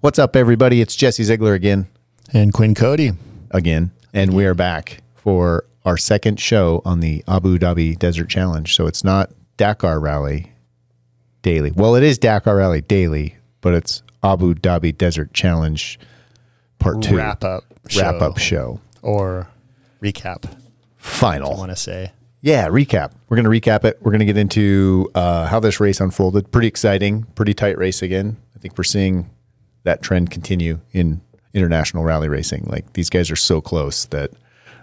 What's up, everybody? It's Jesse Ziegler again, and Quinn Cody. again, and we are back for our second show on the Abu Dhabi Desert Challenge. So it's not Dakar Rally daily. Well, it is Dakar Rally daily, but it's Abu Dhabi Desert Challenge Part Two Wrap up. wrap show up show or recap. final. I want to say Yeah, recap. We're going to recap it. We're going to get into uh, how this race unfolded. Pretty exciting, pretty tight race again. I think we're seeing that trend continue in international rally racing. Like these guys are so close that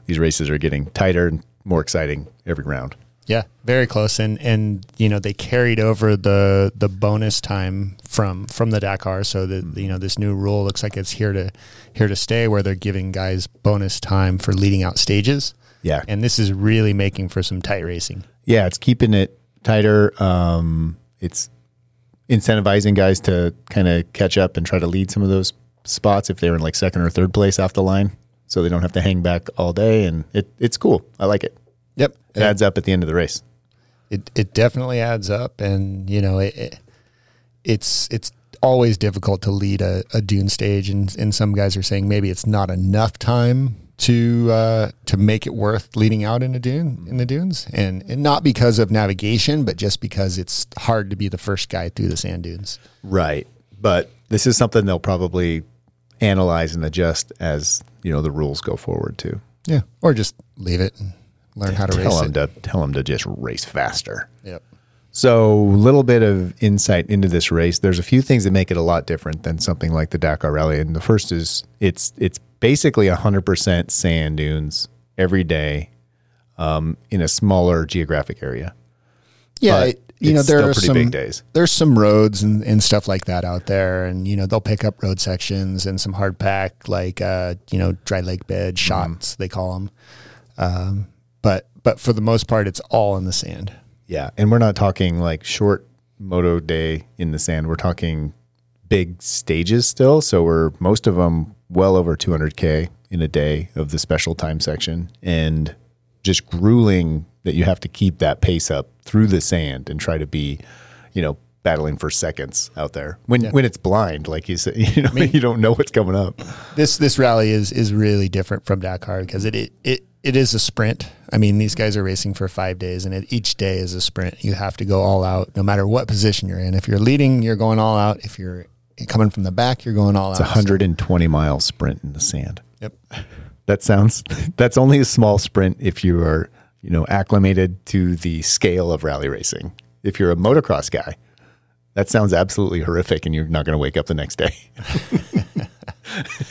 these races are getting tighter and more exciting every round. yeah, very close. And and you know they carried over the the bonus time from from the Dakar, so that you know this new rule looks like it's here to here to stay, where they're giving guys bonus time for leading out stages. Yeah. and this is really making for some tight racing. Yeah, it's keeping it tighter. Um, it's incentivizing guys to kind of catch up and try to lead some of those spots if they're in like second or third place off the line. So they don't have to hang back all day. And it, it's cool. I like it. Yep, It adds up at the end of the race. it it definitely adds up and you know it, it it's it's always difficult to lead a, a dune stage and and some guys are saying maybe it's not enough time to uh to make it worth leading out in a dune in the dunes and, and not because of navigation but just because it's hard to be the first guy through the sand dunes Right. But this is something they'll probably analyze and adjust as, you know, the rules go forward too. yeah or just leave it and learn how to Tell race them it to tell them to just race faster. yep So, little bit of insight into this race. There's a few things that make it a lot different than something like the Dakar Rally, and the first is it's it's basically 100% sand dunes every day um, in a smaller geographic area. Yeah, but it- you it's know there still are pretty some big days. there's some roads and, and stuff like that out there, and you know they'll pick up road sections and some hard pack like uh, you know dry lake bed shots they call them, um, but but for the most part it's all in the sand. Yeah, and we're not talking like short moto day in the sand. We're talking big stages still. So we're most of them well over 200k in a day of the special time section, and just grueling that you have to keep that pace up through the sand and try to be, you know, battling for seconds out there when when it's blind, like you said, you know, you don't know what's coming up. This this rally is is really different from Dakar because it, it it it is a sprint. I mean these guys are racing for five days, and it, each day is a sprint. You have to go all out, no matter what position you're in. If you're leading, you're going all out. If you're coming from the back, you're going all out. 120 mile sprint in the sand. Yep. That sounds that's only a small sprint if you are, you know, acclimated to the scale of rally racing. If you're a motocross guy, that sounds absolutely horrific and you're not going to wake up the next day.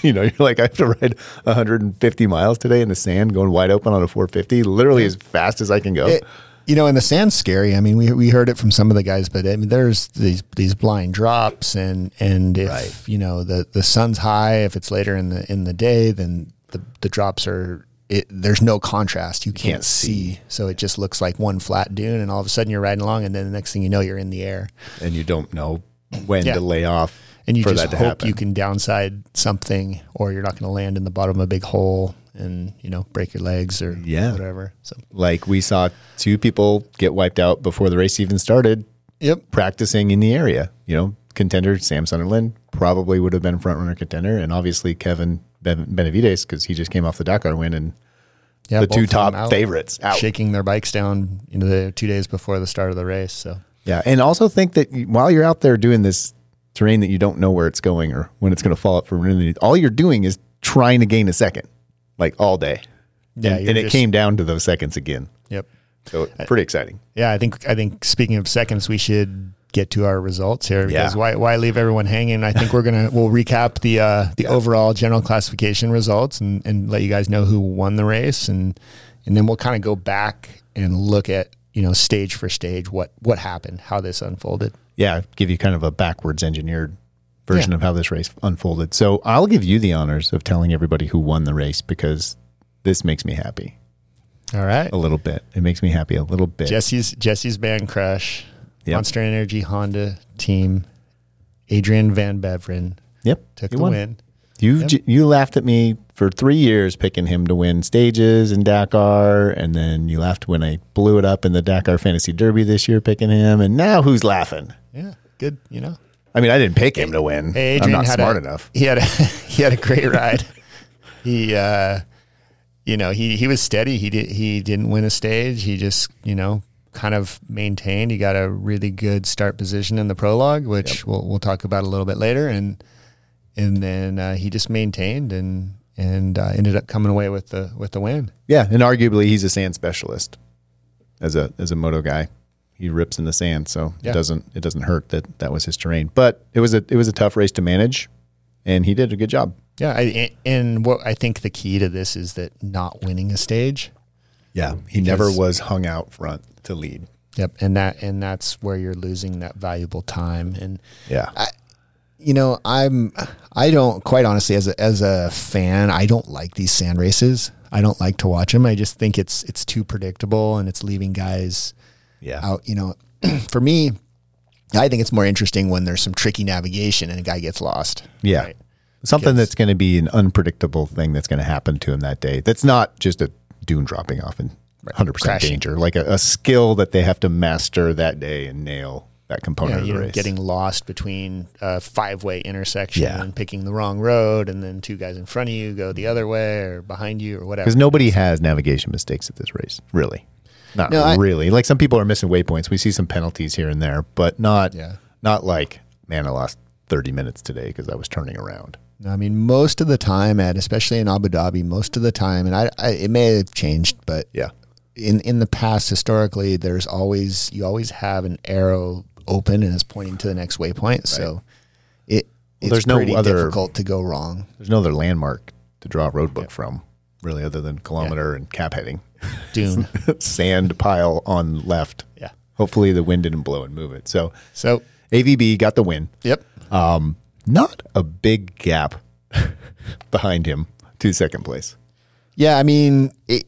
you know, you're like I have to ride 150 miles today in the sand going wide open on a 450, literally as fast as I can go. it, you know, and the sand's scary. I mean, we, we heard it from some of the guys, but I mean, there's these these blind drops, and and if Right. you know the the sun's high, if it's later in the in the day, then the the drops are. It, there's no contrast. You can't, can't see. so it just looks like one flat dune, and all of a sudden you're riding along, and then the next thing you know, you're in the air, and you don't know when Yeah. to lay off and you for just that to hope happen. you can downside something, or you're not going to land in the bottom of a big hole and you know break your legs or Yeah. whatever. So like we saw two people get wiped out before the race even started yep, practicing in the area. You know, contender Sam Sunderland probably would have been front runner contender, and obviously Kevin ben- Benavides because he just came off the Dakar win and yeah, the both two of them top out. favorites out. shaking their bikes down, you know, the two days before the start of the race. So Yeah, and also think that you- while you're out there doing this terrain that you don't know where it's going or when it's going to fall up from underneath, all you're doing is trying to gain a second, like all day. Yeah, and, you're and it just- came down to those seconds again. yep, So pretty exciting. yeah, I think I think speaking of seconds, we should get to our results here because Yeah. why why leave everyone hanging? I think we're gonna we'll recap the uh, the overall general classification results and and let you guys know who won the race and and then we'll kind of go back and look at you know stage for stage what what happened, how this unfolded. yeah, give you kind of a backwards engineered version Yeah. of how this race unfolded. So I'll give you the honors of telling everybody who won the race because this makes me happy All right, a little bit. It makes me happy a little bit. Jesse's Jesse's band crush, Yep. Monster Energy Honda team, Adrian Van Beveren. yep, took he the won. win. You j you laughed at me for three years picking him to win stages in Dakar, and then you laughed when I blew it up in the Dakar Fantasy Derby this year picking him, and now who's laughing? Yeah, good. You know, I mean, I didn't pick him to win. I'm not had smart a, enough. He had a, he had a great ride. he, uh, you know, he he was steady. He did he didn't win a stage. He just you know kind of maintained. He got a really good start position in the prologue, which we'll we'll talk about a little bit later. And and then uh, he just maintained and and uh, ended up coming away with the with the win. Yeah, and arguably he's a sand specialist as a as a moto guy. He rips in the sand, so Yeah. it doesn't it doesn't hurt that that was his terrain. But it was a it was a tough race to manage, and he did a good job. Yeah, I, and what I think the key to this is that not winning a stage Yeah, he never was hung out front to lead. Yep, and that and that's where you're losing that valuable time. And Yeah, you know, I'm I don't quite honestly as a, as a fan, I don't like these sand races. I don't like to watch them. I just think it's it's too predictable and it's leaving guys yeah, out. You know, for me, I think it's more interesting when there's some tricky navigation and a guy gets lost. yeah. Right. Something that's going to be an unpredictable thing that's going to happen to him that day. That's not just a dune dropping off and 100% Crashing. danger, like a, a skill that they have to master that day and nail that You component know, of the you're race. getting lost between a five way intersection Yeah. and picking the wrong road, and then two guys in front of you go the other way or behind you or whatever. because nobody has navigation mistakes at this race, really. Not No, I- really. like some people are missing waypoints. We see some penalties here and there, but not Yeah. not like man, I lost thirty minutes today because I was turning around. I mean, most of the time at, especially in Abu Dhabi, most of the time, and I, I it may have changed, but Yeah, in in the past, historically, there's always you always have an arrow open and it's pointing to the next waypoint. So it it's there's no pretty other- difficult to go wrong. there's no other landmark to draw a road book from, really, other than kilometer and cap heading, Dune. sand pile on left. yeah. Hopefully the wind didn't blow and move it. So So AVB got the win. yep. Um, not a big gap behind him to second place. Yeah, I mean, it,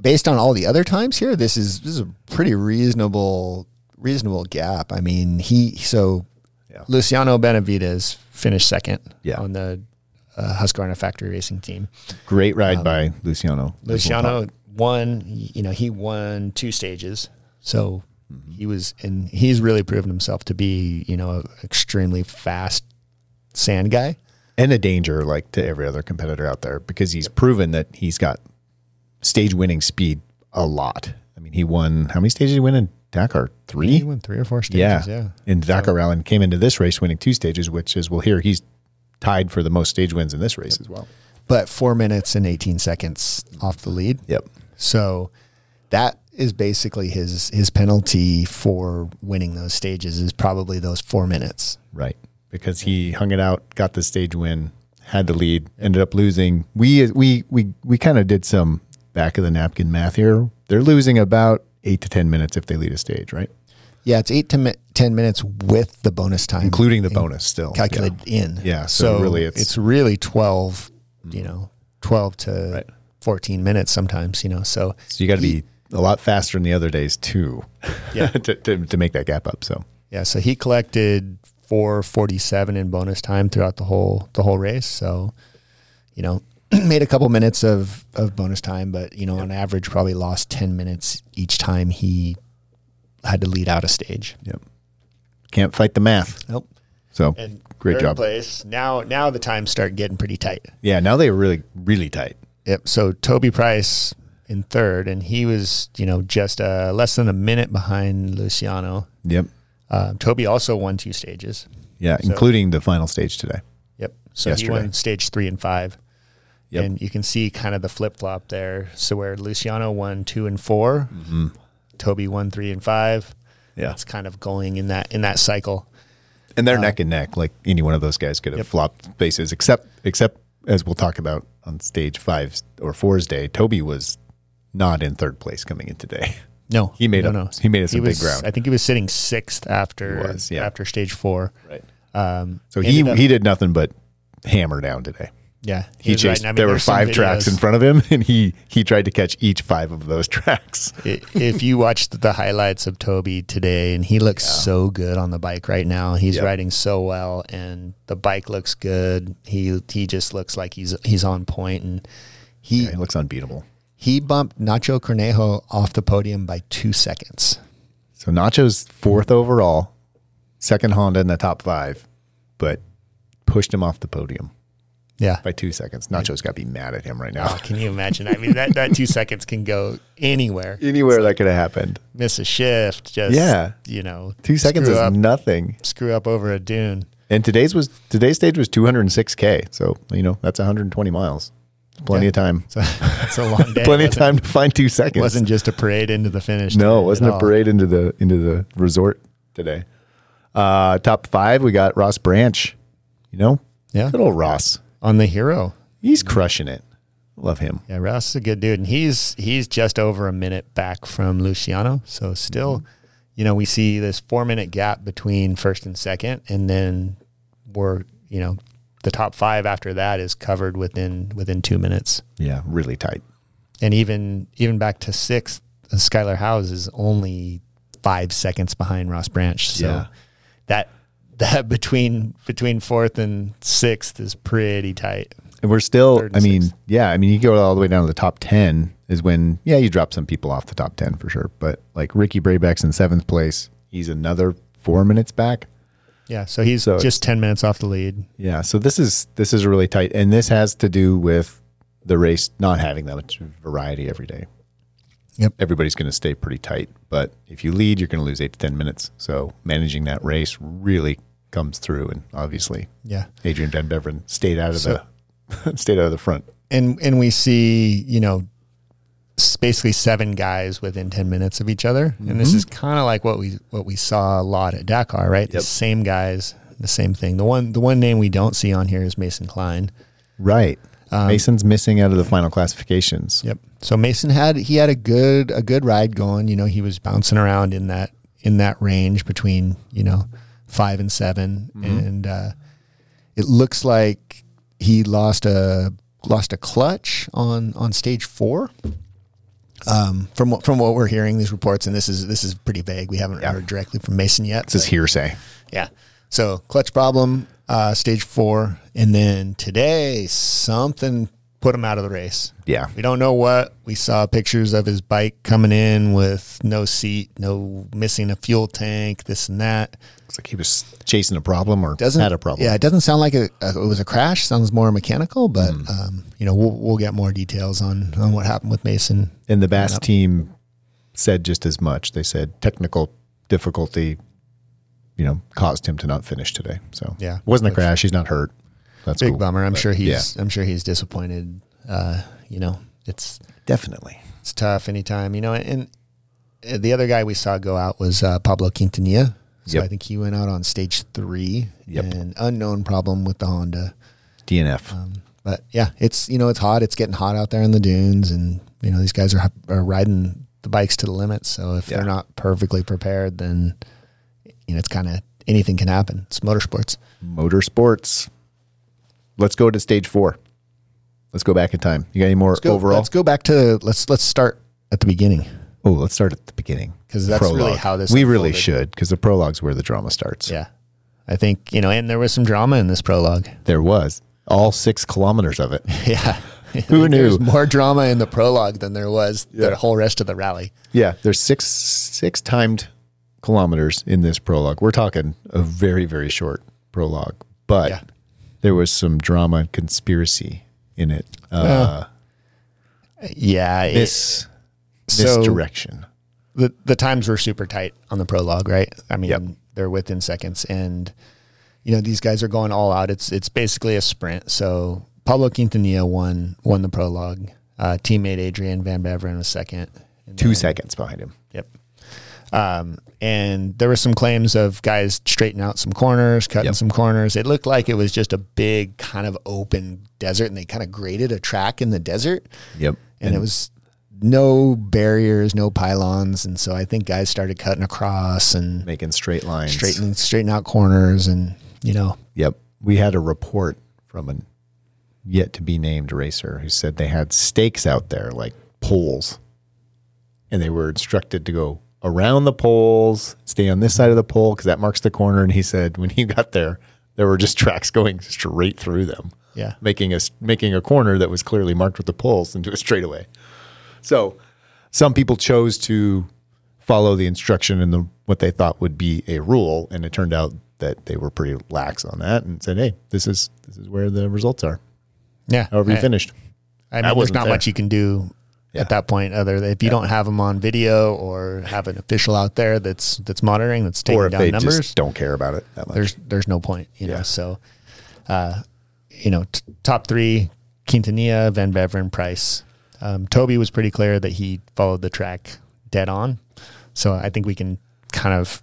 based on all the other times here, this is this is a pretty reasonable reasonable gap. I mean, he so Yeah. Luciano Benavides finished second Yeah. on the uh, Husqvarna Factory Racing team. Great ride by Luciano. Um, Luciano won, you know, he won two stages. So Mm-hmm. he was and he's really proven himself to be, you know, an extremely fast sand guy. and a danger like to every other competitor out there because he's proven that he's got stage winning speed a lot. I mean, he won how many stages did he win in Dakar? Three? won three or four yeah. stages, yeah. In Dakar Allen came into this race winning two stages, which as we'll hear, he's tied for the most stage wins in this race as well. But 4 minutes and 18 seconds off the lead. Yep. So that is basically his his penalty for winning those stages is probably those 4 minutes. Right. Because he hung it out, got the stage win, had the lead, ended up losing. We we we we kind of did some back of the napkin math here. They're losing about eight to ten minutes if they lead a stage, right? Yeah, it's 8 to mi- 10 minutes with the bonus time. Including the bonus still. Yeah. calculated in. Yeah, so really it's- Mm. really 12, you know, 12 to Right. 14 minutes sometimes, you know. So So you got to be a lot faster than the other days too, Yeah. to, to to make that gap up. So yeah, so he collected 447 in bonus time throughout the whole the whole race, so you know, made a couple minutes of of bonus time, but you know, on average probably lost 10 minutes each time he had to lead out a stage. yep, can't fight the math. Nope. So And great third job. place. Now now the times start getting pretty tight. Yeah, now they're really really tight. Yep. So Toby Price in third, and he was, you know, just uh, less than a minute behind Luciano. Yep. Um, Toby also won two stages. Yeah, including the final stage today. Yep. So Yesterday. he won stage three and five. Yep. And you can see kind of the flip flop there. So where Luciano won two and 4 Toby won three and five. Mm-hmm. Yeah. It's kind of going in that in that cycle. And Uh, they're neck and neck. Like any one of those guys could have flopped spaces, except except as we'll talk about on stage five or four's day, Toby was not in third place coming in today. No, He made no, up- no. he made us a big was- ground. I think he was sitting sixth after He was, yeah. after stage four. Right. Um, So he ended up- he did nothing but hammer down today. yeah he was chased riding- I mean, there were there's some five tracks videos. in front of him and he he tried to catch each five of those tracks I- if you watched the highlights of Toby today, and he looks so good on the bike right now. He's Yep. riding so well, and the bike looks good. He he just looks like he's he's on point, and he yeah, he looks unbeatable he bumped Nacho Cornejo off the podium by two seconds. so nacho's fourth overall second Honda in the top five, but pushed him off the podium Yeah. by two seconds. Nacho's got to be mad at him right now. Oh, can you imagine? I mean, that, that two seconds can go anywhere. Anywhere that could have happened. Miss a shift, just, Yeah. you know, Two seconds screw is up, nothing. screw up over a dune. And today's was today's stage was 206k. So you know that's 120 miles. Plenty of time. So that's a long day. Plenty of time Wasn't- to find two seconds. Wasn't just a parade into the finish. No, it line wasn't at a all. parade into the into the resort today. Uh, top five, we got Ross Branch. You know, Yeah. good old Ross. On the hero. He's Mm-hmm. crushing it. Love him. Yeah, Ross is a good dude, and he's he's just over a minute back from Luciano. So still, Mm-hmm. you know, we see this four minute gap between first and second, and then we're you know the top five after that is covered within within two minutes, Yeah, really tight. and even even back to sixth, uh, Skylar Howes is only five seconds behind Ross Branch. So Yeah. that that between between fourth and sixth is pretty tight. And we're still. Third I and mean, sixth. yeah. I mean, you go all the way down to the top ten is when yeah you drop some people off the top ten for sure. But like Ricky Brayback's in seventh place. He's another four minutes back. Yeah, so he's So just ten minutes off the lead. Yeah, so this is this is really tight, and this has to do with the race not having that much variety every day. Yep. everybody's going to stay pretty tight, but if you lead, you're going to lose eight to ten minutes. So managing that race really comes through, and obviously, Yeah. Adrian Van Beveren stayed out of the stayed out of the front. and and we see you know s- basically seven guys within 10 minutes of each other and this is kind of like what we what we saw a lot at Dakar right the Yep. same guys the same thing the one the one name we don't see on here is Mason Klein Right, Um, Mason's missing out of the final classifications. yep so Mason had he had a good a good ride going you know he was bouncing around in that in that range between you know 5 and 7 Mm-hmm. and uh it looks like he lost a lost a clutch on on stage four. Um, from what from what we're hearing, these reports, and this is this is pretty vague. We haven't heard directly from Mason yet. This is but- hearsay. yeah. So clutch problem, uh, stage four, and then today something put him out of the race. Yeah, We don't know what. We saw pictures of his bike coming in with no seat, no missing a fuel tank, this and that looks like he was chasing a problem or doesn't had a problem. Yeah, it doesn't sound like a, a, it was a crash. Sounds more mechanical, but Hmm. um, you know we'll we'll get more details on on what happened with Mason. And the Bass team said just as much. They said technical difficulty, you know, caused him to not finish today. So Yeah. it wasn't a crash. He's not hurt. That's Big cool. bummer. I'm sure he's I'm sure he's disappointed. Uh, you know, it's Definitely. it's tough anytime. You know, and, and the other guy we saw go out was uh, Pablo Quintanilla. So Yep. I think he went out on stage three. Yep. An unknown problem with the Honda. DNF. Um, But yeah, it's you know it's hot. It's getting hot out there in the dunes, and you know these guys are are riding the bikes to the limits. So if Yeah. they're not perfectly prepared, then you know it's kind of anything can happen. It's motorsports. Motorsports. Let's go to stage four. Let's go back in time. You got any more Go- overall? let's go back to let's let's start at the beginning Oh, let's start at the beginning. 'Cause that's really how this We really unfolded. should, because the prologue's where the drama starts. Yeah, I think you know, and there was some drama in this prologue. There was all six kilometers of it. Yeah. Who There was knew? more drama in the prologue than there was Yeah. the whole rest of the rally. Yeah, there's six six timed kilometers in this prologue. We're talking a very very short prologue, but Yeah. there was some drama and conspiracy in it. Uh, Yeah, it- mis so- misdirection. the the times were super tight on the prologue, right? I mean, Yep. they're within seconds, and you know these guys are going all out. It's it's basically a sprint. So Pablo Quintanilla won won the prologue. Uh, teammate Adrian Van Beveren was second. And Two seconds behind him. Yep. Um, and there were some claims of guys straightening out some corners, cutting Yep. some corners. It looked like it was just a big kind of open desert, and they kind of graded a track in the desert Yep. and, it was no barriers, no pylons, and so I think guys started cutting across and making straight lines. straightening straightening out corners, and you know, Yep. We had a report from an yet to be named racer who said they had stakes out there, like poles, and they were instructed to go around the poles, stay on this side of the pole because that marks the corner. And he said when he got there, there were just tracks going straight through them, yeah, making us making a corner that was clearly marked with the poles into a straightaway. So some people chose to follow the instruction in the what they thought would be a rule, and it turned out that they were pretty lax on that and said, "Hey, this is this is where the results are." Yeah. However, you I- finished. I mean, I there's wasn't not there. much you can do Yeah. at that point other than if you don't have them on video or have an official out there that's that's monitoring that's taking or if down they numbers. just don't care about it that much. there's there's no point, you know. Yeah. So, uh, you know, t- top three: Quintanilla, Van Beveren, Price. Um, Toby was pretty clear that he followed the track dead on, so I think we can kind of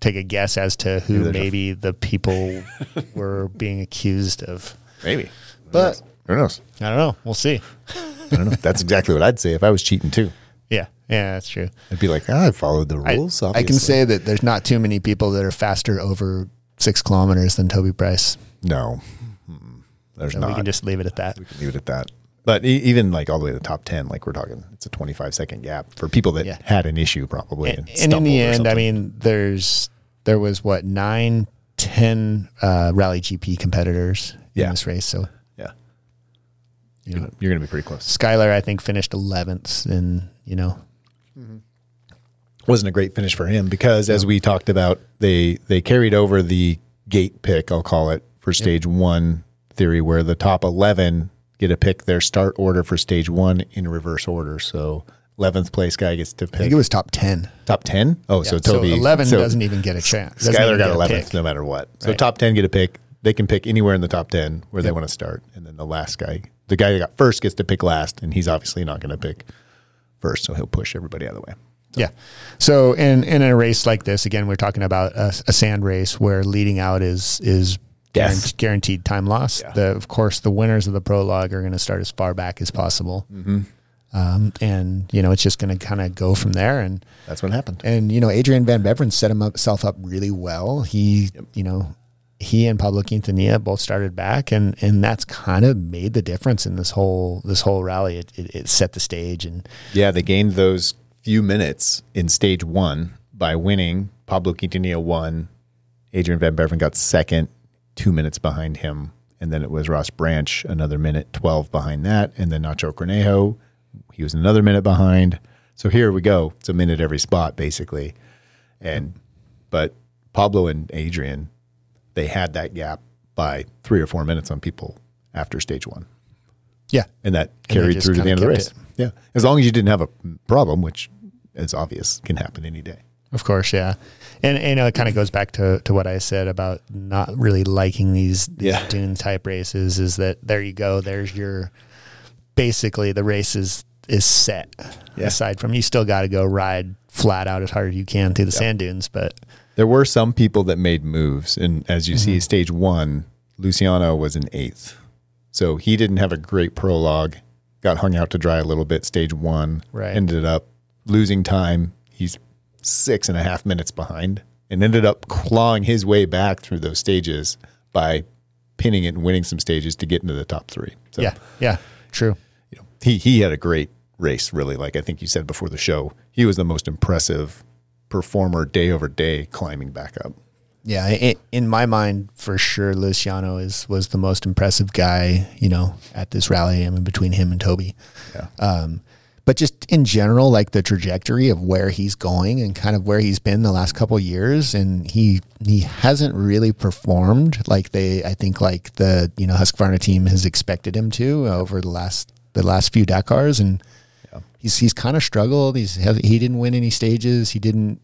take a guess as to Maybe who there's a- maybe the people were being accused of. Maybe, But who knows? I don't know. We'll see. I don't know. That's exactly what I'd say if I was cheating too. Yeah, yeah, that's true. I'd be like, "Ah, I followed the I, rules. I can obviously." say that there's not too many people that are faster over six kilometers than Toby Price. no. Mm-mm. There's So not. we can just leave it at that. we can leave it at that. But e- even like all the way to the top ten, like we're talking, it's a 25 second gap for people that Yeah. had an issue probably. And, and in stumbled the or end, I something. mean, there's there was what nine, ten uh, rally GP competitors Yeah. in this race. So yeah, you know, you're gonna be pretty close. Skylar I think finished eleventh, and you know, Wasn't a great finish for him because, as we talked about, they they carried over the gate pick, I'll call it, for stage one theory, where the top 11 get to pick their start order for stage one in reverse order. So 11th place guy gets to I think pick it was top ten. top 10. Oh, so So Toby eleven so- doesn't even get a chance. Doesn't Skyler even got get a 11th pick. no matter what. So Right. top 10 get a pick. They can pick anywhere in the top 10 where they want to start. And then the last guy, the guy that got first gets to pick last. And he's obviously not going to pick first. So he'll push everybody out of the way. Yeah. So in in a race like this, again, we're talking about a, a sand race where leading out is is Death. guaran- guaranteed time loss. The, of course, the winners of the prologue are going to start as far back as possible, Mm-hmm. um, and you know it's just going to kind of go from there. And That's what happened. and you know Adrian Van Beveren set himself up really well. He you know he and Pablo Quintanilla both started back, and and that's kind of made the difference in this whole this whole rally. It, it, it set the stage and. Yeah, they gained those few minutes in stage one by winning. Pablo Quintanilla won. Adrian Van Beveren got second, two minutes behind him. And then it was Ross Branch, another minute, 12 behind that. And then Nacho Cornejo, he was another minute behind. So here we go. It's a minute every spot, basically. And, but Pablo and Adrian, they had that gap by three or four minutes on people after stage one Yeah, and that they carried just through to the kinda end of the race. kept Yeah, as long as you didn't have a problem, which is obvious, can happen any day. Of course, yeah, and and, you know it kind of goes back to, to what I said about not really liking these, these Yeah. dune type races. Is that there you go? There's your basically the race is is set. Yeah. Aside from you still got to go ride flat out as hard as you can through the sand dunes, but There were some people that made moves, and as you Mm-hmm. see, stage one, Luciano was in eighth, so he didn't have a great prologue. Got hung out to dry a little bit. Stage one Right. ended up losing time. He's six and a half minutes behind, and ended up clawing his way back through those stages by pinning it and winning some stages to get into the top three. So yeah, yeah, true. you know, he he had a great race, really. Like I think you said before the show, he was the most impressive performer day over day climbing back up. Yeah, i in my mind, for sure, Luciano is was the most impressive guy. You know, at this rally, I mean, between him and Toby. Yeah. Um, but just in general, like the trajectory of where he's going and kind of where he's been the last couple of years, and he he hasn't really performed like they I think like the you know Husqvarna team has expected him to over the last the last few Dakars, and he's he's kind of struggled. He's he didn't win any stages. He didn't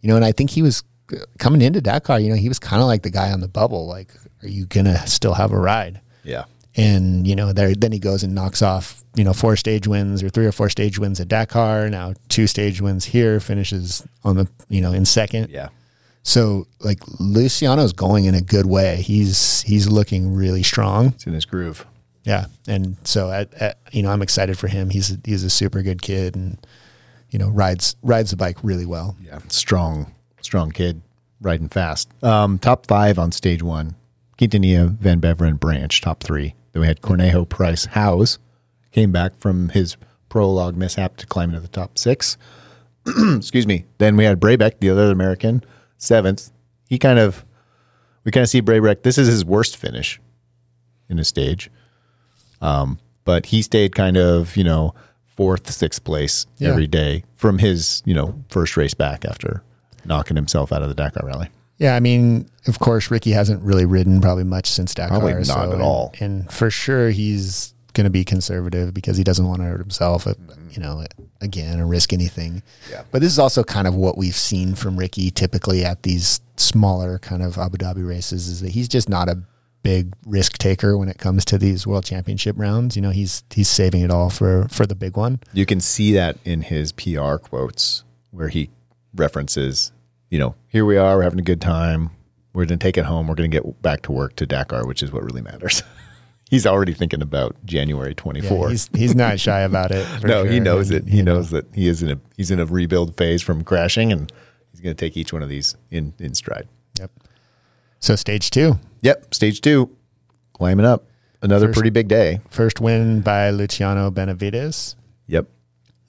you know, and I think he was uh, coming into Dakar, you know, he was kind of like the guy on the bubble. Like, are you going to still have a ride? Yeah. And, you know, there, then he goes and knocks off, you know, four stage wins or three or four stage wins at Dakar. Now two stage wins here, finishes on the, you know, in second. Yeah. So like Luciano's going in a good way. He's, he's looking really strong. It's in his groove. Yeah. And so at, at you know, I'm excited for him. He's, a, he's a super good kid and, you know, rides, rides the bike really well. Yeah. Strong, strong kid, riding fast. Um, top five on stage one. Quintanilla, Van Beveren, Branch, top three. Then we had Cornejo, Price, House. Came back from his prologue mishap to climb into the top six. Excuse me. Then we had Braybeck, the other American, seventh. He kind of we kind of see Braybeck. This is his worst finish in a stage. Um, but he stayed kind of, you know, fourth, sixth place Yeah. every day from his, you know, first race back after knocking himself out of the Dakar Rally. Yeah, I mean, of course, Ricky hasn't really ridden probably much since Dakar. Probably not at and- all. And for sure, he's going to be conservative because he doesn't want to hurt himself, uh, you know, again, or risk anything. Mm-hmm. Yeah. But this is also kind of what we've seen from Ricky typically at these smaller kind of Abu Dhabi races is that he's just not a big risk taker when it comes to these world championship rounds. You know, he's he's saving it all for for the big one. You can see that in his PR quotes where he references, you know, here we are, we're having a good time. We're going to take it home. We're going to get back to work to Dakar, which is what really matters. he's already thinking about January Yeah, 24. He's he's not shy about it. for no, he sure. knows And- it. He knows that he is in a he's in a rebuild phase from crashing and he's going to take each one of these in in stride. Yep. So stage two. Yep, stage 2. Climbing up. Another First- pretty big day. First win by Luciano Benavides. Yep.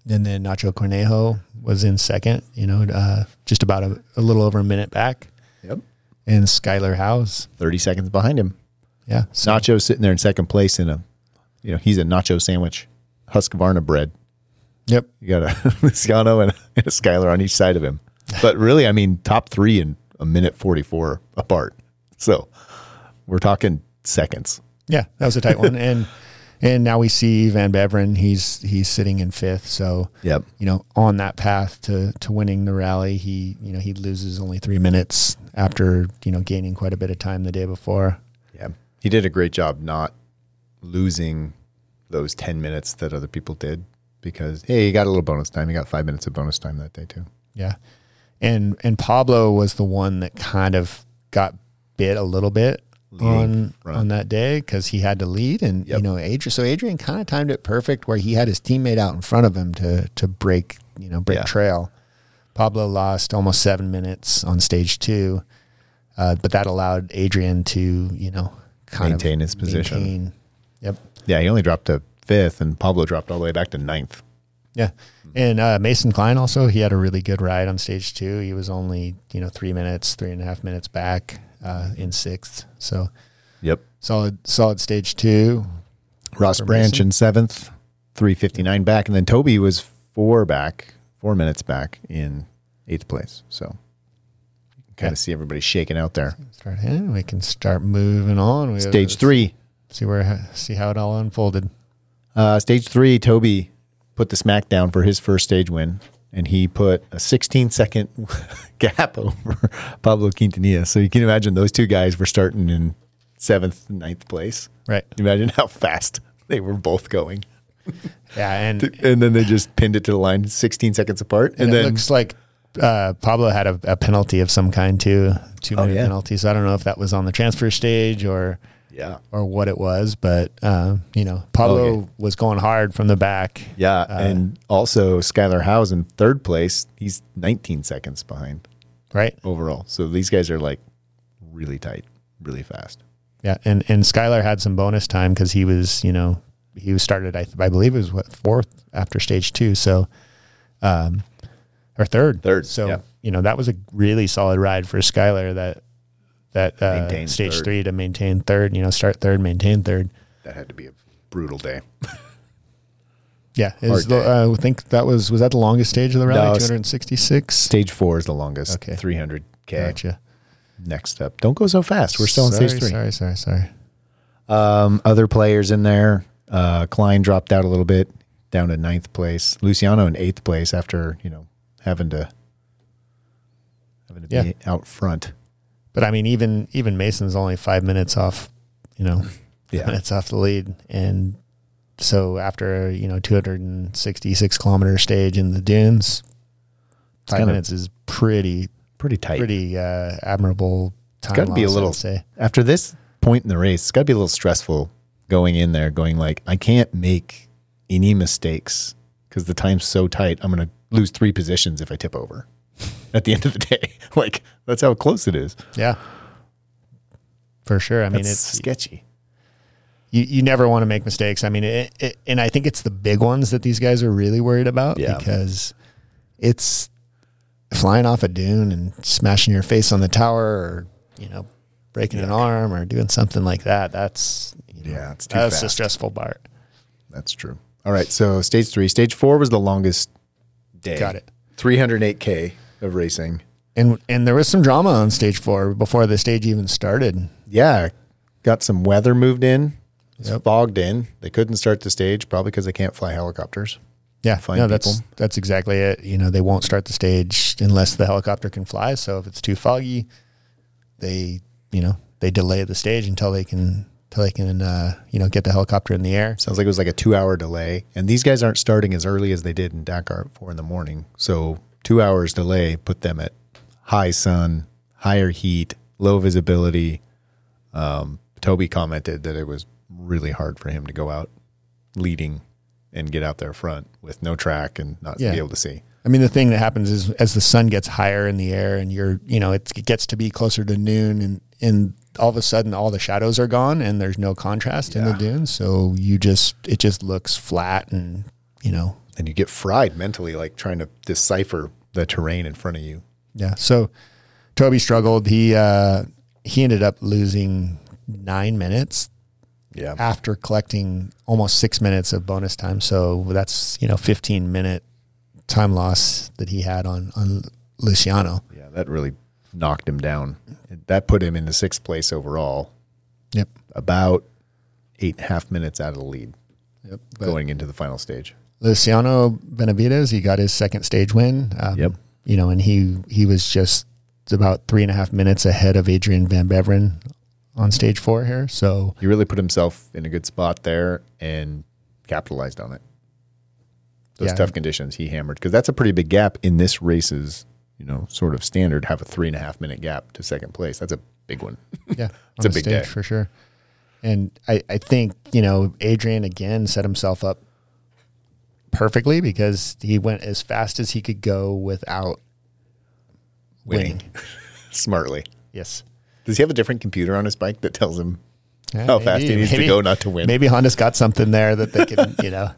And then Nacho Cornejo was in second, you know, uh, just about a, a little over a minute back. Yep. And Skylar House. 30 seconds behind him. Yeah. So Nacho's sitting there in second place in a, you know, he's a nacho sandwich, Husqvarna bread. Yep. You got a Luciano and a, and a Skyler on each side of him. But really, I mean, top three in a minute 44 apart. So we're talking seconds. Yeah. That was a tight one. And and now we see Van Beveren. He's he's sitting in fifth. So Yep. you know, on that path to to winning the rally, he you know, he loses only three minutes after, you know, gaining quite a bit of time the day before. Yeah. He did a great job not losing those 10 minutes that other people did because, hey, he got a little bonus time. He got five minutes of bonus time that day, too. Yeah. And and Pablo was the one that kind of got bit a little bit on front. on that day because he had to lead and you Yep. know Adrian so Adrian kind of timed it perfect where he had his teammate out in front of him to to break you know break Yeah. trail. Pablo lost almost seven minutes on stage two, uh, but that allowed Adrian to you know kind Maintain of his position. maintain. Yep. Yeah. He only dropped to fifth, and Pablo dropped all the way back to ninth. Yeah. Mm-hmm. And uh, Mason Klein also, he had a really good ride on stage two. He was only, you know, three minutes, three and a half minutes back uh, in sixth. So Yep. solid, solid stage two. Ross for Branch Mason. in seventh, three fifty nine back, and then Toby was four back, four minutes back in eighth place. So kind Yeah. of see everybody shaking out there. Start in. We can start moving on. We Stage three, See where, see how it all unfolded. uh, stage three, Toby put the smack down for his first stage win, and he put a sixteen second gap over Pablo Quintanilla. So you can imagine those two guys were starting in seventh, ninth place. Right. Imagine how fast they were both going. Yeah. And, And then they just pinned it to the line 16 seconds apart. And, and it then looks like uh, Pablo had a, a penalty of some kind too, two minute Oh, yeah. penalty. So I don't know if that was on the transfer stage or, yeah. or what it was, but uh, you know, Pablo Okay. was going hard from the back. Yeah, Uh, and also Skylar Howe's in third place. He's 19 seconds behind Right. overall. So these guys are like really tight, really fast. Yeah, and and Skylar had some bonus time because he was, you know, he was started. I, I believe it was what fourth after stage two, so, um, or third, Third, So yeah. you know that was a really solid ride for Skylar that that uh, Maintained stage third. three to maintain third. You know, start third, maintain third. That had to be a brutal day. Yeah, it was Hard the, day. uh, I think that was was that the longest stage of the rally, No, two it's- hundred and sixty six. Stage four is the longest. Okay. 300K. Gotcha. Next up. Don't go so fast. We're still on sorry, stage three. Sorry, sorry, sorry. Um, other players in there. Uh, Klein dropped out a little bit, down to ninth place. Luciano in eighth place after, you know, having to having to Yeah. be out front. But I mean, even even Mason's only five minutes off, you know, Yeah. minutes off the lead, and so after you know 266 kilometer stage in the dunes, five kinda- minutes is pretty Pretty tight. pretty uh, admirable time. gotta be a loss, I little- would say after this point in the race, it's got to be a little stressful going in there, going like, I can't make any mistakes because the time's so tight. I'm going to lose three positions if I tip over at the end of the day. like, that's how close it is. yeah. For sure. I That's mean, it's sketchy. you, you never want to make mistakes. I mean, it, it, and I think it's the big ones that these guys are really worried about Yeah. because it's flying off a dune and smashing your face on the tower or, you know, breaking an arm or doing something like that. That's, you know, Yeah, it's too that's the fast. stressful part. That's true. All right. So, stage three, stage four was the longest day. Got it. 308K of racing. and and there was some drama on stage four before the stage even started. Yeah, got some weather moved in. It's fogged in. They couldn't start the stage probably because they can't fly helicopters. Yeah, Find no, that's people. that's exactly it. You know, they won't start the stage unless the helicopter can fly. So if it's too foggy, they you know they delay the stage until they can until they can uh, you know get the helicopter in the air. Sounds like it was like a two-hour delay, and these guys aren't starting as early as they did in Dakar at four in the morning. So two hours delay put them at high sun, higher heat, low visibility. Um, Toby commented that it was really hard for him to go out leading and get out there front with no track and not Yeah. be able to see. I mean, the thing that happens is as the sun gets higher in the air and you're, you know, it's, it gets to be closer to noon and, and all of a sudden all the shadows are gone and there's no contrast in the Yeah. dunes. So you just, it just looks flat and, you know, And you get fried mentally, like trying to decipher the terrain in front of you. yeah. So Toby struggled. He, uh, he ended up losing nine minutes Yeah. after collecting almost six minutes of bonus time. So that's, you know, 15 minute time loss that he had on, on Luciano. Yeah, that really knocked him down. That put him in the sixth place overall, Yep. about eight and a half minutes out of the lead Yep. going into the final stage. Luciano Benavides, he got his second stage win. Um, Yep. You know, and he he was just about three and a half minutes ahead of Adrian Van Beveren on stage four here. So He really put himself in a good spot there and capitalized on it. Those Yeah. tough conditions he hammered because that's a pretty big gap in this race's, you know, sort of standard. Have a three and a half minute gap to second place. That's a big one. yeah, It's on a the big day. stage for sure. And I, I think you know Adrian again set himself up perfectly because he went as fast as he could go without winning. smartly. Yes. Does he have a different computer on his bike that tells him how fast he needs to go not to win? Maybe Honda's got something there that they can, you know.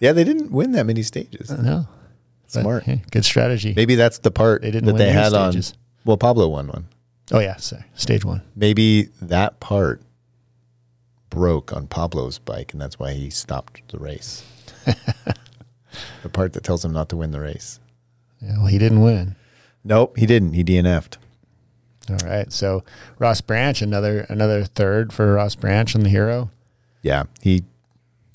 Yeah, they didn't win that many stages. No. Uh, But, Smart. hey, good strategy. Maybe that's the part They didn't that win they any had on. stages. Well, Pablo won one. Oh yeah, sorry. Stage one. Maybe that part broke on Pablo's bike, and that's why he stopped the race. the part that tells him not to win the race. Yeah, well, he didn't win. Nope, he didn't. He DNF'd. All right. So Ross Branch, another another third for Ross Branch on the hero. Yeah, he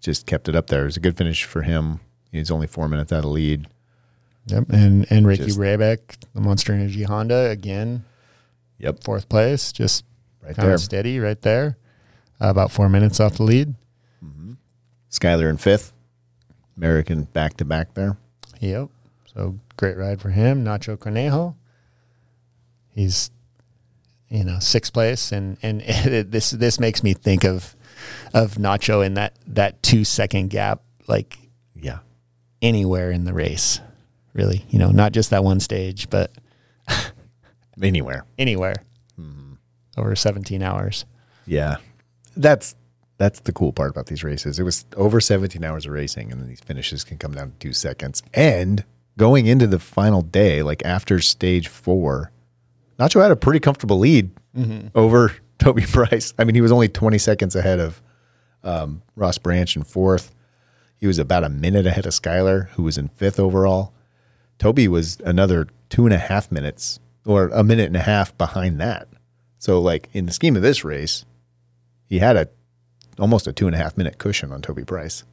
just kept it up there. It was a good finish for him. He's only four minutes out of lead. Yep. And and Ricky Just- Rabeck, the Monster Energy Honda, again Yep, fourth place, just right kind there. of steady right there, Uh, about four minutes off the lead. Skyler in fifth. American back to back there. Yep. So great ride for him. Nacho Cornejo. He's, you know, sixth place, and and this this makes me think of, of Nacho in that that two second gap, like Yeah, anywhere in the race, really. You know, not just that one stage, but anywhere. anywhere Mm-hmm. over 17 hours. Yeah. That's that's the cool part about these races. It was over 17 hours of racing and then these finishes can come down to 2 seconds. And going into the final day like after stage 4, Nacho had a pretty comfortable lead over Toby Price. I mean, he was only 20 seconds ahead of um, Ross Branch in 4th. He was about a minute ahead of Skyler, who was in fifth overall. Toby was another two and a half minutes or a minute and a half behind that. So, like in the scheme of this race, he had a almost a two and a half minute cushion on Toby Price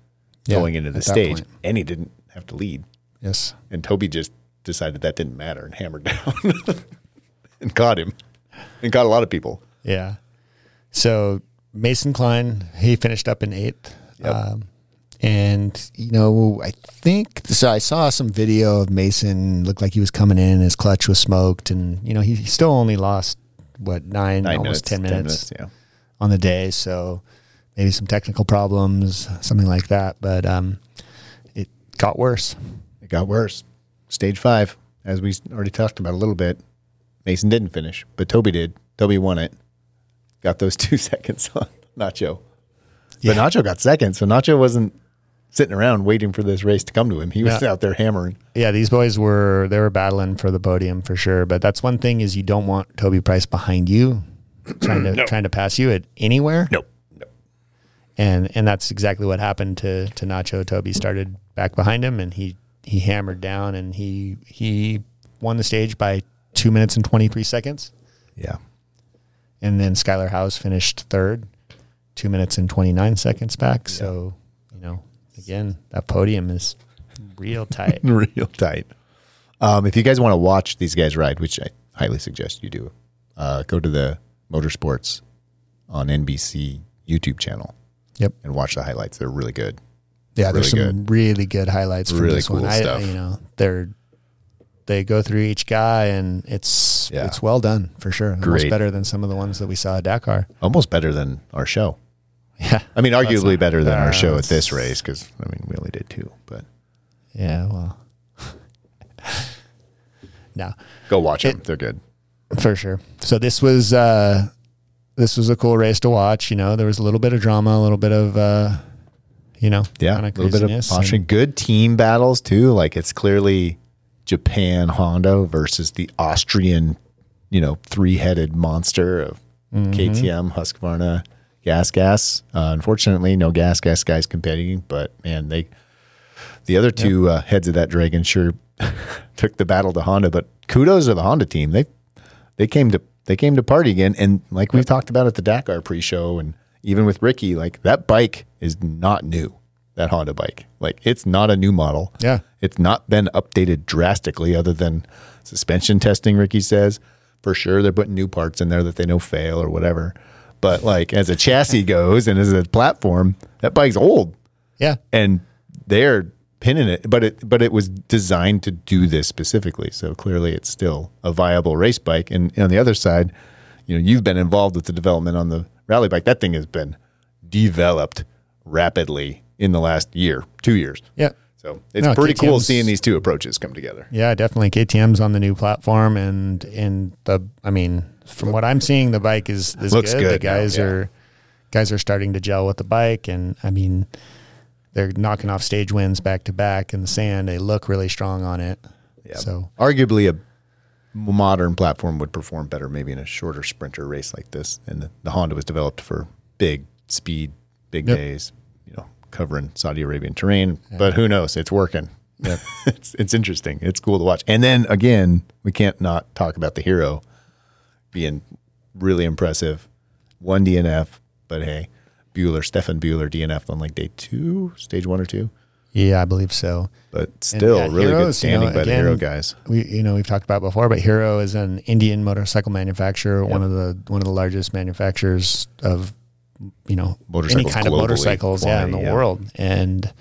Yeah, going into the at that stage, point. and he didn't have to lead. Yes. And Toby just decided that didn't matter and hammered down and caught him and caught a lot of people. Yeah. So Mason Klein, he finished up in eighth. Yep. Um, and you know, I think so. I saw some video of Mason looked like he was coming in. His clutch was smoked, and you know, he, he still only lost what nine, Nine minutes, almost ten minutes, yeah. on the day. So maybe some technical problems, something like that. But um, it got worse. It got worse. Stage five, as we already talked about a little bit, Mason didn't finish, but Toby did. Toby won it. Got those two seconds on Nacho. Yeah. But Nacho got second, so Nacho wasn't sitting around waiting for this race to come to him. He was Yeah. out there hammering. Yeah, these boys were they were battling for the podium for sure. But that's one thing is you don't want Toby Price behind you, trying to trying to pass you at anywhere. Nope. Nope. And and that's exactly what happened to to Nacho. Toby started back behind him, and he he hammered down, and he he won the stage by two minutes and 23 seconds. Yeah. And then Skylar House finished third, two minutes and 29 seconds back. So, you know, again, that podium is real tight. Real tight. Um, if you guys want to watch these guys ride, which I highly suggest you do, uh, go to the Motorsports on NBC YouTube channel yep. and watch the highlights. They're really good. Yeah, there's Really some really good highlights from Really this one. cool I, stuff. you know, they're they go through each guy and it's Yeah. it's well done for sure. Almost Great. better than some of the ones that we saw at Dakar. Almost better than our show. Yeah. I mean, arguably better than uh, our show at that's- this race because I mean we only did two. But Yeah, well. no. go watch them; they're good. For sure. So this was uh this was a cool race to watch, you know. There was a little bit of drama, a little bit of uh you know, Yeah, a kinda little bit of craziness, caution. Good team battles too. Like it's clearly Japan Honda versus the Austrian, you know, three-headed monster of Mm-hmm. KTM, Husqvarna, Gas Gas. Uh, unfortunately, no Gas Gas guys competing, but man, they the other two uh, heads of that dragon sure took the battle to Honda. But kudos to the Honda team. They they came to they came to party again, and like we've talked about at the Dakar pre-show, and even with Ricky, like that bike is not new. That Honda bike, like it's not a new model. Yeah. It's not been updated drastically other than suspension testing, Ricky says. For sure, they're putting new parts in there that they know fail or whatever. But like as a chassis goes and as a platform, that bike's old Yeah. and they're pinning it. But it but it was designed to do this specifically. So clearly, it's still a viable race bike. And on the other side, you know, you've been involved with the development on the rally bike. That thing has been developed rapidly in the last year, two years. Yeah. So it's No, pretty cool KTM's seeing these two approaches come together. Yeah, definitely. KTM's on the new platform, and and the I mean, from what I'm seeing, the bike is is Looks good. The good now, guys yeah. are guys are starting to gel with the bike, and I mean, they're knocking off stage wins back to back in the sand. They look really strong on it. Yeah. So Arguably, a modern platform would perform better maybe in a shorter sprinter race like this. And the, the Honda was developed for big speed, big Yep. days, you know, covering Saudi Arabian terrain. But who knows? It's working. it's, it's interesting. It's cool to watch. And then again, we can't not talk about the hero being really impressive. One DNF, but hey, Bueller, Stefan Bueller DNF on like day two, stage one or two. yeah, I believe so. But still, yeah, really good Heroes, you know, standing by the hero again, guys. we you know we've talked about before, but Hero is an Indian motorcycle manufacturer, one of the one of the largest manufacturers of you know any Motorcycles kind of globally, motorcycles, yeah, in the quantity, yeah. world. And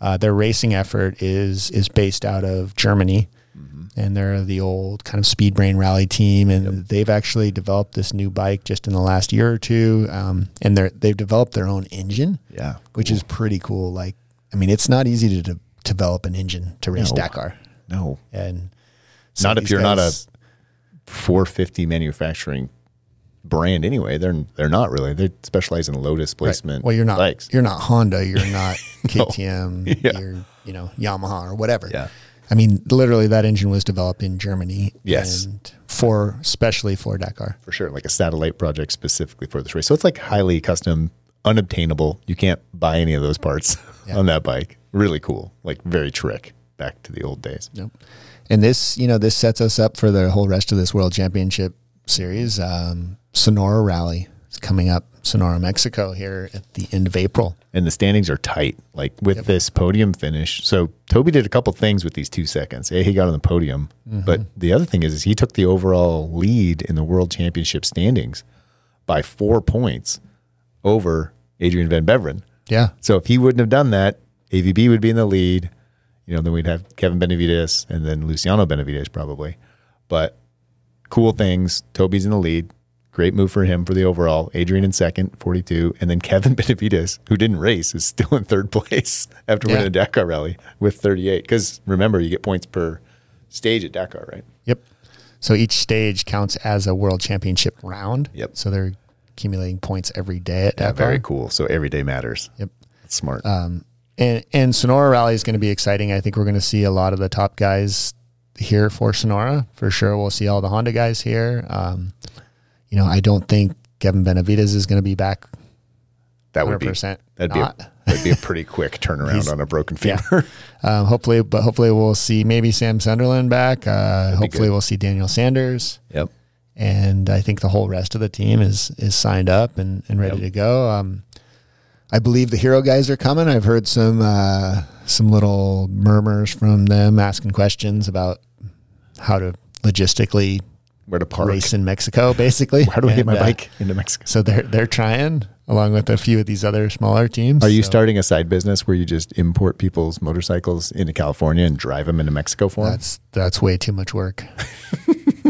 uh, their racing effort is is based out of Germany, Mm-hmm. and they're the old kind of speed brain rally team, and they've actually developed this new bike just in the last year or two, um, and they're they've developed their own engine, Yeah. which is pretty cool. Like, I mean, it's not easy to de- develop an engine to race No. Dakar, No, and Not if these you're not a guys- 450 manufacturing brand anyway. They're they're not really. They specialize in low displacement. Well, you're not. bikes. You're not Honda. You're not KTM. Yeah. You're you know Yamaha or whatever. Yeah. I mean, literally, that engine was developed in Germany. Yes. And for especially for Dakar. for sure, like a satellite project specifically for this race. So it's like highly custom, unobtainable. You can't buy any of those parts on that bike. Really cool. Like very trick back to the old days. Yep. And this, you know, this sets us up for the whole rest of this World Championship Series. Um, Sonora Rally is coming up, Sonora, Mexico, here at the end of April. and the standings are tight. Like with this podium finish, so Toby did a couple things with these two seconds. A, he got on the podium, but the other thing is, is he took the overall lead in the world championship standings by four points over Adrian Van Beveren. Yeah. So if he wouldn't have done that, AVB would be in the lead. You know, then we'd have Kevin Benavides and then Luciano Benavides probably. But cool things. Toby's in the lead. Great move for him for the overall. Adrian in second, 42. And then Kevin Benavides, who didn't race, is still in third place after Yeah. winning the Dakar rally with 38. Because remember, you get points per stage at Dakar, right? Yep. So each stage counts as a World Championship round. Yep. So they're accumulating points every day at Dakar. Very cool. So every day matters. Yep. Uh, That's smart. and and Sonora Rally is going to be exciting. I think we're going to see a lot of the top guys here for Sonora for sure. We'll see all the Honda guys here. Um, you know, I don't think Kevin Benavides is going to be back that would hundred be percent. that'd be a That'd be a pretty quick turnaround on a broken femur. Um, hopefully, but hopefully we'll see maybe Sam Sunderland back. Uh, hopefully good. we'll see Daniel Sanders, yep. and I think the whole rest of the team is is signed up and, and ready Yep. to go. Um, I believe the hero guys are coming. I've heard some uh, some little murmurs from them asking questions about how to logistically Where to park? race in Mexico, basically. How do I get And, my uh, bike into Mexico? So they're they're trying along with a few of these other smaller teams. Are you So starting a side business where you just import people's motorcycles into California and drive them into Mexico for them? That's that's way too much work.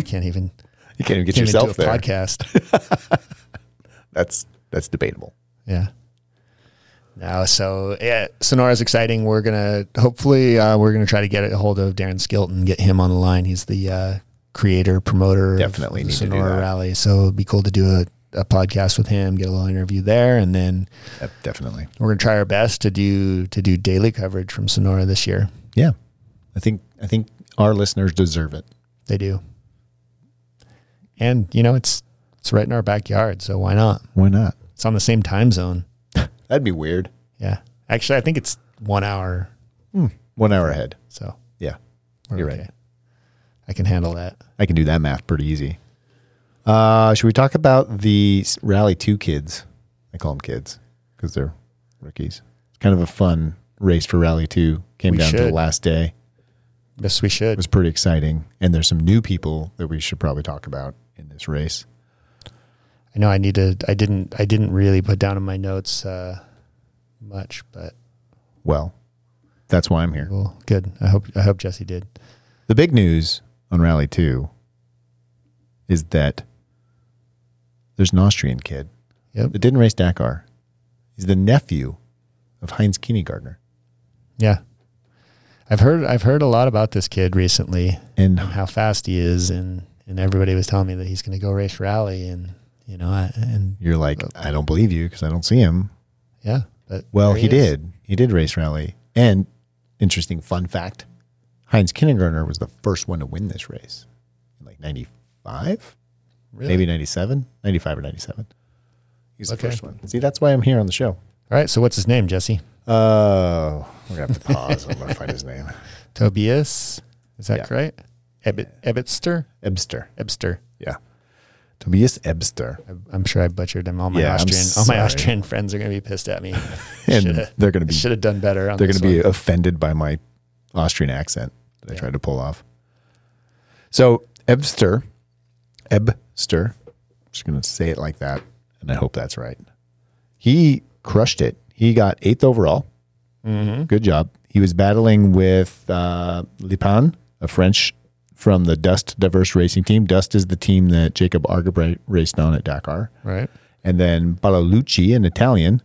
can't even You can't even get can't even do a yourself there. podcast. That's that's debatable. yeah. No, so yeah, Sonora's exciting. We're gonna hopefully uh, we're gonna try to get a hold of Darren Skilton, get him on the line. He's the uh, creator promoter of Definitely the need to do Sonora that. Rally. So it'd be cool to do a, a podcast with him, get a little interview there, and then Yep, definitely. we're gonna try our best to do to do daily coverage from Sonora this year. Yeah, I think I think our listeners deserve it. They do. And you know, it's it's right in our backyard, so why not? Why not? It's on the same time zone. That'd be weird. Yeah. Actually, I think it's 1 hour, One hour ahead. so Yeah, we're You're right. I can handle that. I can do that math pretty easy. Uh, should we talk about the s- Rally Two kids? I call them kids because they're rookies. It's kind of a fun race for Rally Two. Came We down to the should. last day. Yes, we It should. was pretty exciting, and there's some new people that we should probably talk about in this race. I know I need to I didn't I didn't really put down in my notes uh much, but Well, that's why I'm here. well, good. I hope I hope Jesse did. The big news on Rally 2 is that there's an Austrian kid Yep. that didn't race Dakar. He's the nephew of Heinz Kienigardner. Yeah. I've heard I've heard a lot about this kid recently. And how fast he is and and everybody was telling me that he's going to go race rally and you know I, and you're like, I don't believe you because I don't see him. yeah but Well, there he, is. did. He did race Rally. And interesting fun fact Heinz Kienigardner was the first one to win this race in like 95, Really? maybe 97, 95 or 97. He's Okay. the first one. See, that's why I'm here on the show. all right so what's his name jesse Oh, we're gonna have to pause. I'm gonna find his name. tobias is that Yeah. correct Ebbit, Ebbitster Ebster. Ebster Yeah, Tobias Ebster, I- I'm sure I butchered him all my Yeah, I'm Austrian all my sorry. Austrian friends are going to be pissed at me and Shoulda- they're gonna be should have done better on they're this gonna be offended by my Austrian accent that I tried to pull off. So Ebster, Ebster, I'm just gonna say it like that, and I hope that's right. He crushed it. He got eighth overall. mm-hmm. Good job. He was battling with uh, Lipan, a French from the Dust Diverse Racing Team. Dust is the team that Jacob Argebright raced on at Dakar. right And then Balalucci, an Italian,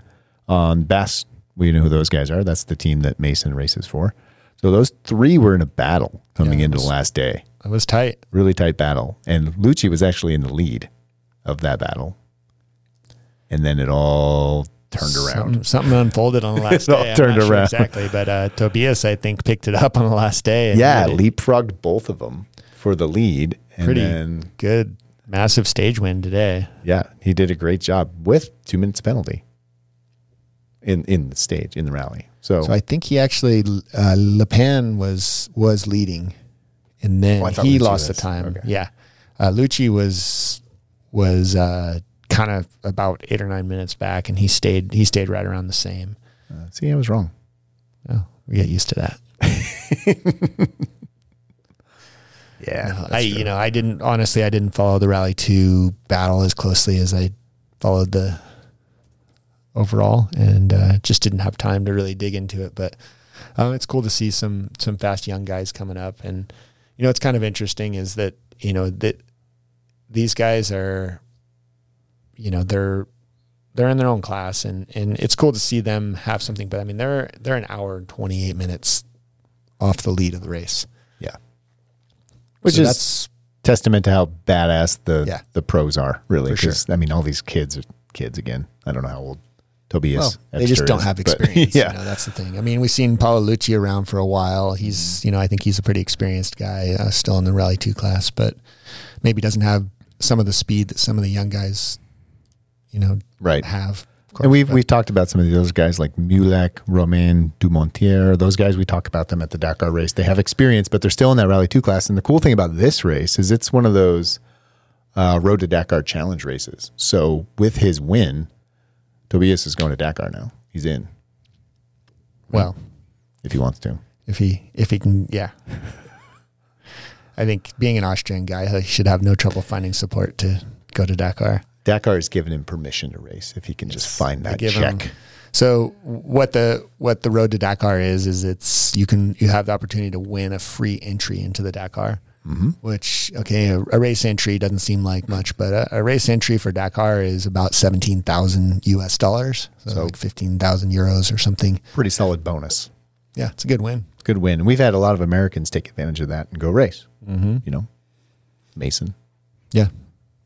on Bass. We know who those guys are. That's the team that Mason races for. So those three were in a battle coming into the last day. it was tight Really tight battle. And Lucci was actually in the lead of that battle. And then it all turned around. something, something unfolded on the last all day I'm turned not sure around. exactly but uh, Tobias I think picked it up on the last day and Yeah, made it leapfrogged both of them for the lead. And Pretty. then, good massive stage win today yeah, he did a great job with two minutes penalty in in the stage, in the rally. So, So I think he actually uh, Le Pen was was leading, and then Oh, I thought he Lucci lost was. the time. Okay. Yeah, uh, Lucci was was uh, kind of about eight or nine minutes back, and he stayed he stayed right around the same. uh, see, I was wrong. Oh, we get used to that. Yeah. that's I true. you know I didn't honestly I didn't follow the Rally Two battle as closely as I followed the overall, and uh, just didn't have time to really dig into it. But um, it's cool to see some some fast young guys coming up, and you know it's kind of interesting is that you know that these guys are you know they're they're in their own class and and it's cool to see them have something but i mean they're they're an hour and 28 minutes off the lead of the race Yeah. Which So is that's testament to how badass the Yeah. the pros are, really. For sure. 'Cause, I mean, all these kids are kids again. I don't know how old Tobias. Well, they just Epster don't is, have but- experience. yeah. Mm-hmm. you know, that's the thing. I mean, we've seen Paolo Lucci around for a while. He's, you know, I think he's a pretty experienced guy, uh, still in the Rally Two class, but maybe doesn't have some of the speed that some of the young guys, you know, Right. have. course. And we've but- we've talked about some of those guys like Mulek, Romain, Dumontier. Those guys we talk about them at the Dakar race. They have experience, but they're still in that Rally Two class. And the cool thing about this race is it's one of those uh, Road to Dakar Challenge races. So with his win, Tobias is going to Dakar now. He's in well, if he wants to. if he if he can, yeah. I think being an Austrian guy, he should have no trouble finding support to go to Dakar. Dakar has given him permission to race if he can just find that give check. him- So what the what the road to Dakar is is it's you can you have the opportunity to win a free entry into the Dakar, Mm-hmm. which okay a, a race entry doesn't seem like much, but a, a race entry for Dakar is about seventeen thousand U.S. dollars, so, like fifteen thousand euros or something. Pretty solid bonus. Yeah, it's a good win. Good win. And we've had a lot of Americans take advantage of that and go race. Mm-hmm. You know, Mason. Yeah,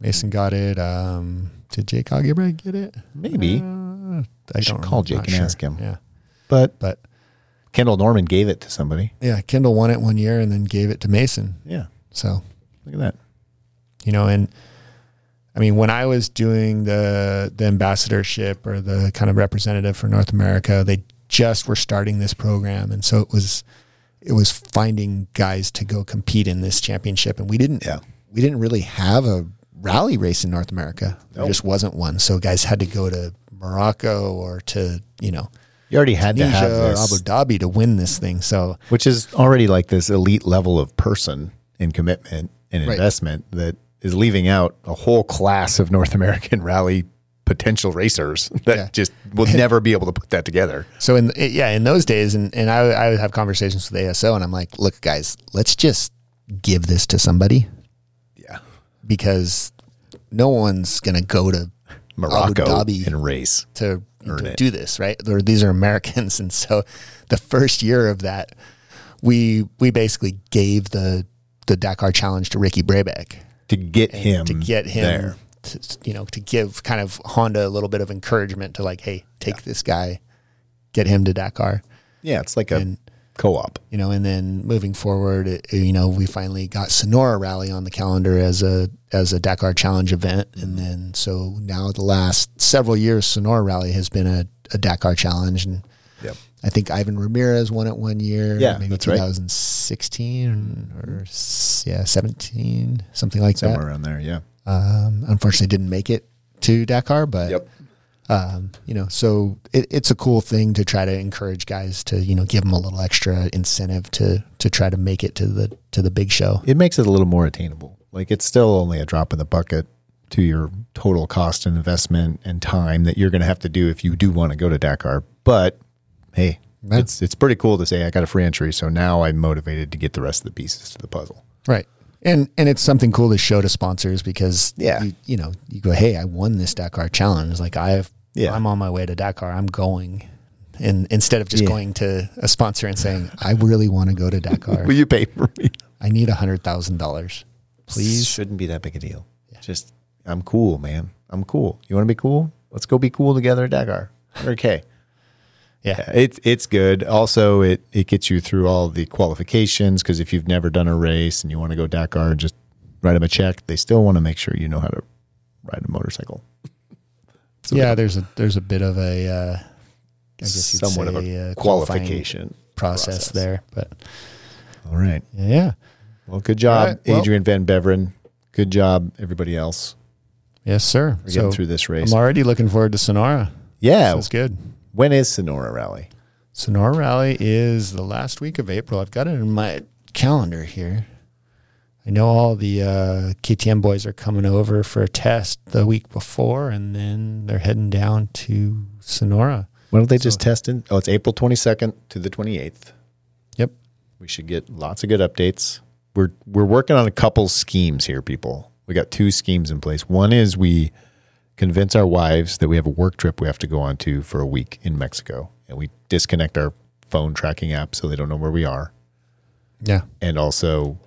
Mason got it. Um, did Jake Augubright get it? Maybe. I should don't call remember. Jake Not and ask him. Yeah, Uh, But but Kendall Norman gave it to somebody. yeah, Kendall won it one year and then gave it to Mason. Yeah. So Look at that. you know and i mean when i was doing the the ambassadorship or the kind of representative for north america they just were starting this program and so it was it was finding guys to go compete in this championship and we didn't Yeah. we didn't really have a rally race in north america there Nope. just wasn't one so guys had to go to morocco or to you know You already had to have Tunisia or this, abu dhabi to win this thing so which is already like this elite level of person and commitment and Right. investment that is leaving out a whole class of North American rally potential racers that Yeah. just will never be able to put that together. So in it- yeah, in those days, and and I I would have conversations with ASO, and I'm like, look, guys, let's just give this to somebody Yeah. because no one's gonna go to Morocco Dhabi. and race. to, to it. do this, right? They're, these are Americans, and so the first year of that, we we basically gave the the Dakar Challenge to Ricky Brabeck to get him to get him. there. To, you know, to give kind of Honda a little bit of encouragement to like, hey, take this guy, get him to Dakar. Yeah, it's like a co-op. you know, and then moving forward, it, you know, we finally got Sonora Rally on the calendar as a as a Dakar Challenge event, Mm-hmm. and then so now the last several years, Sonora Rally has been a, a Dakar Challenge, and Yep. I think Ivan Ramirez won it one year, Yeah, maybe that's right. 2016 or s- yeah, 17, something like Somewhere around there, yeah. that. Um, unfortunately, didn't make it to Dakar, but um, you know, so it, it's a cool thing to try to encourage guys to, you know, give them a little extra incentive to, to try to make it to the, to the big show. It makes it a little more attainable. Like it's still only a drop in the bucket to your total cost and investment and time that you're going to have to do if you do want to go to Dakar. But hey, Yeah. it's it's pretty cool to say I got a free entry, so now I'm motivated to get the rest of the pieces to the puzzle. Right. And, and it's something cool to show to sponsors because Yeah. you, you know, you go, Hey, I won this Dakar challenge. It's Like I've, Yeah. I'm on my way to Dakar. I'm going. And instead of just Yeah. going to a sponsor and saying, I really want to go to Dakar. Will you pay for me? I need a hundred thousand dollars. Please. shouldn't be that big a deal. Just I'm cool, man. I'm cool. You want to be cool? Let's go be cool together at Dakar. Okay. Yeah. it's it's good. Also, it it gets you through all the qualifications because if you've never done a race and you want to go Dakar, just write them a check. They still want to make sure you know how to ride a motorcycle. It's a yeah. There's a, there's a bit of a, uh, I guess you'd somewhat of say, a uh, qualifying qualification. process, there. But All right. yeah, Well, good job, All right, well- Adrian Van Beveren. Good job, everybody else. yes, sir. We're getting through Oh. this race. I'm already looking forward to Sonora. yeah. That's good. When is Sonora Rally? Sonora Rally is the last week of April. I've got it in my calendar here. I know all the uh, KTM boys are coming over for a test the week before, and then they're heading down to Sonora. Why don't they just test in? Oh, it's April 22nd to the 28th. Yep. We should get lots of good updates. We're we're working on a couple schemes here, people. We got two schemes in place. One is we convince our wives that we have a work trip we have to go on to for a week in Mexico, and we disconnect our phone tracking app so they don't know where we are, Yeah. and also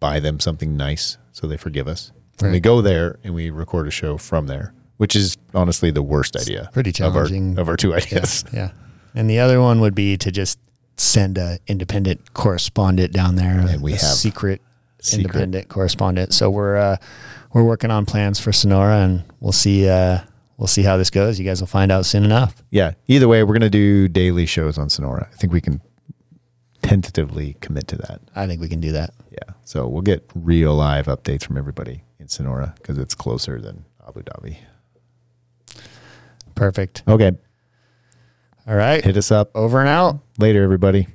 buy them something nice so they forgive us. And we Right. go there and we record a show from there, which is honestly the worst idea. pretty challenging. of our, of our two ideas. Yeah. And the other one would be to just send a independent correspondent down there. And we have secret, secret. independent correspondent. So we're uh, we're working on plans for Sonora, and we'll see uh, we'll we'll see how this goes. You guys will find out soon enough. Yeah. Either way, we're going to do daily shows on Sonora. I think we can tentatively commit to that. I think we can do that. Yeah. So we'll get real live updates from everybody in Sonora because it's closer than Abu Dhabi. Perfect. Okay. All right. Hit us up Over and out. later, everybody.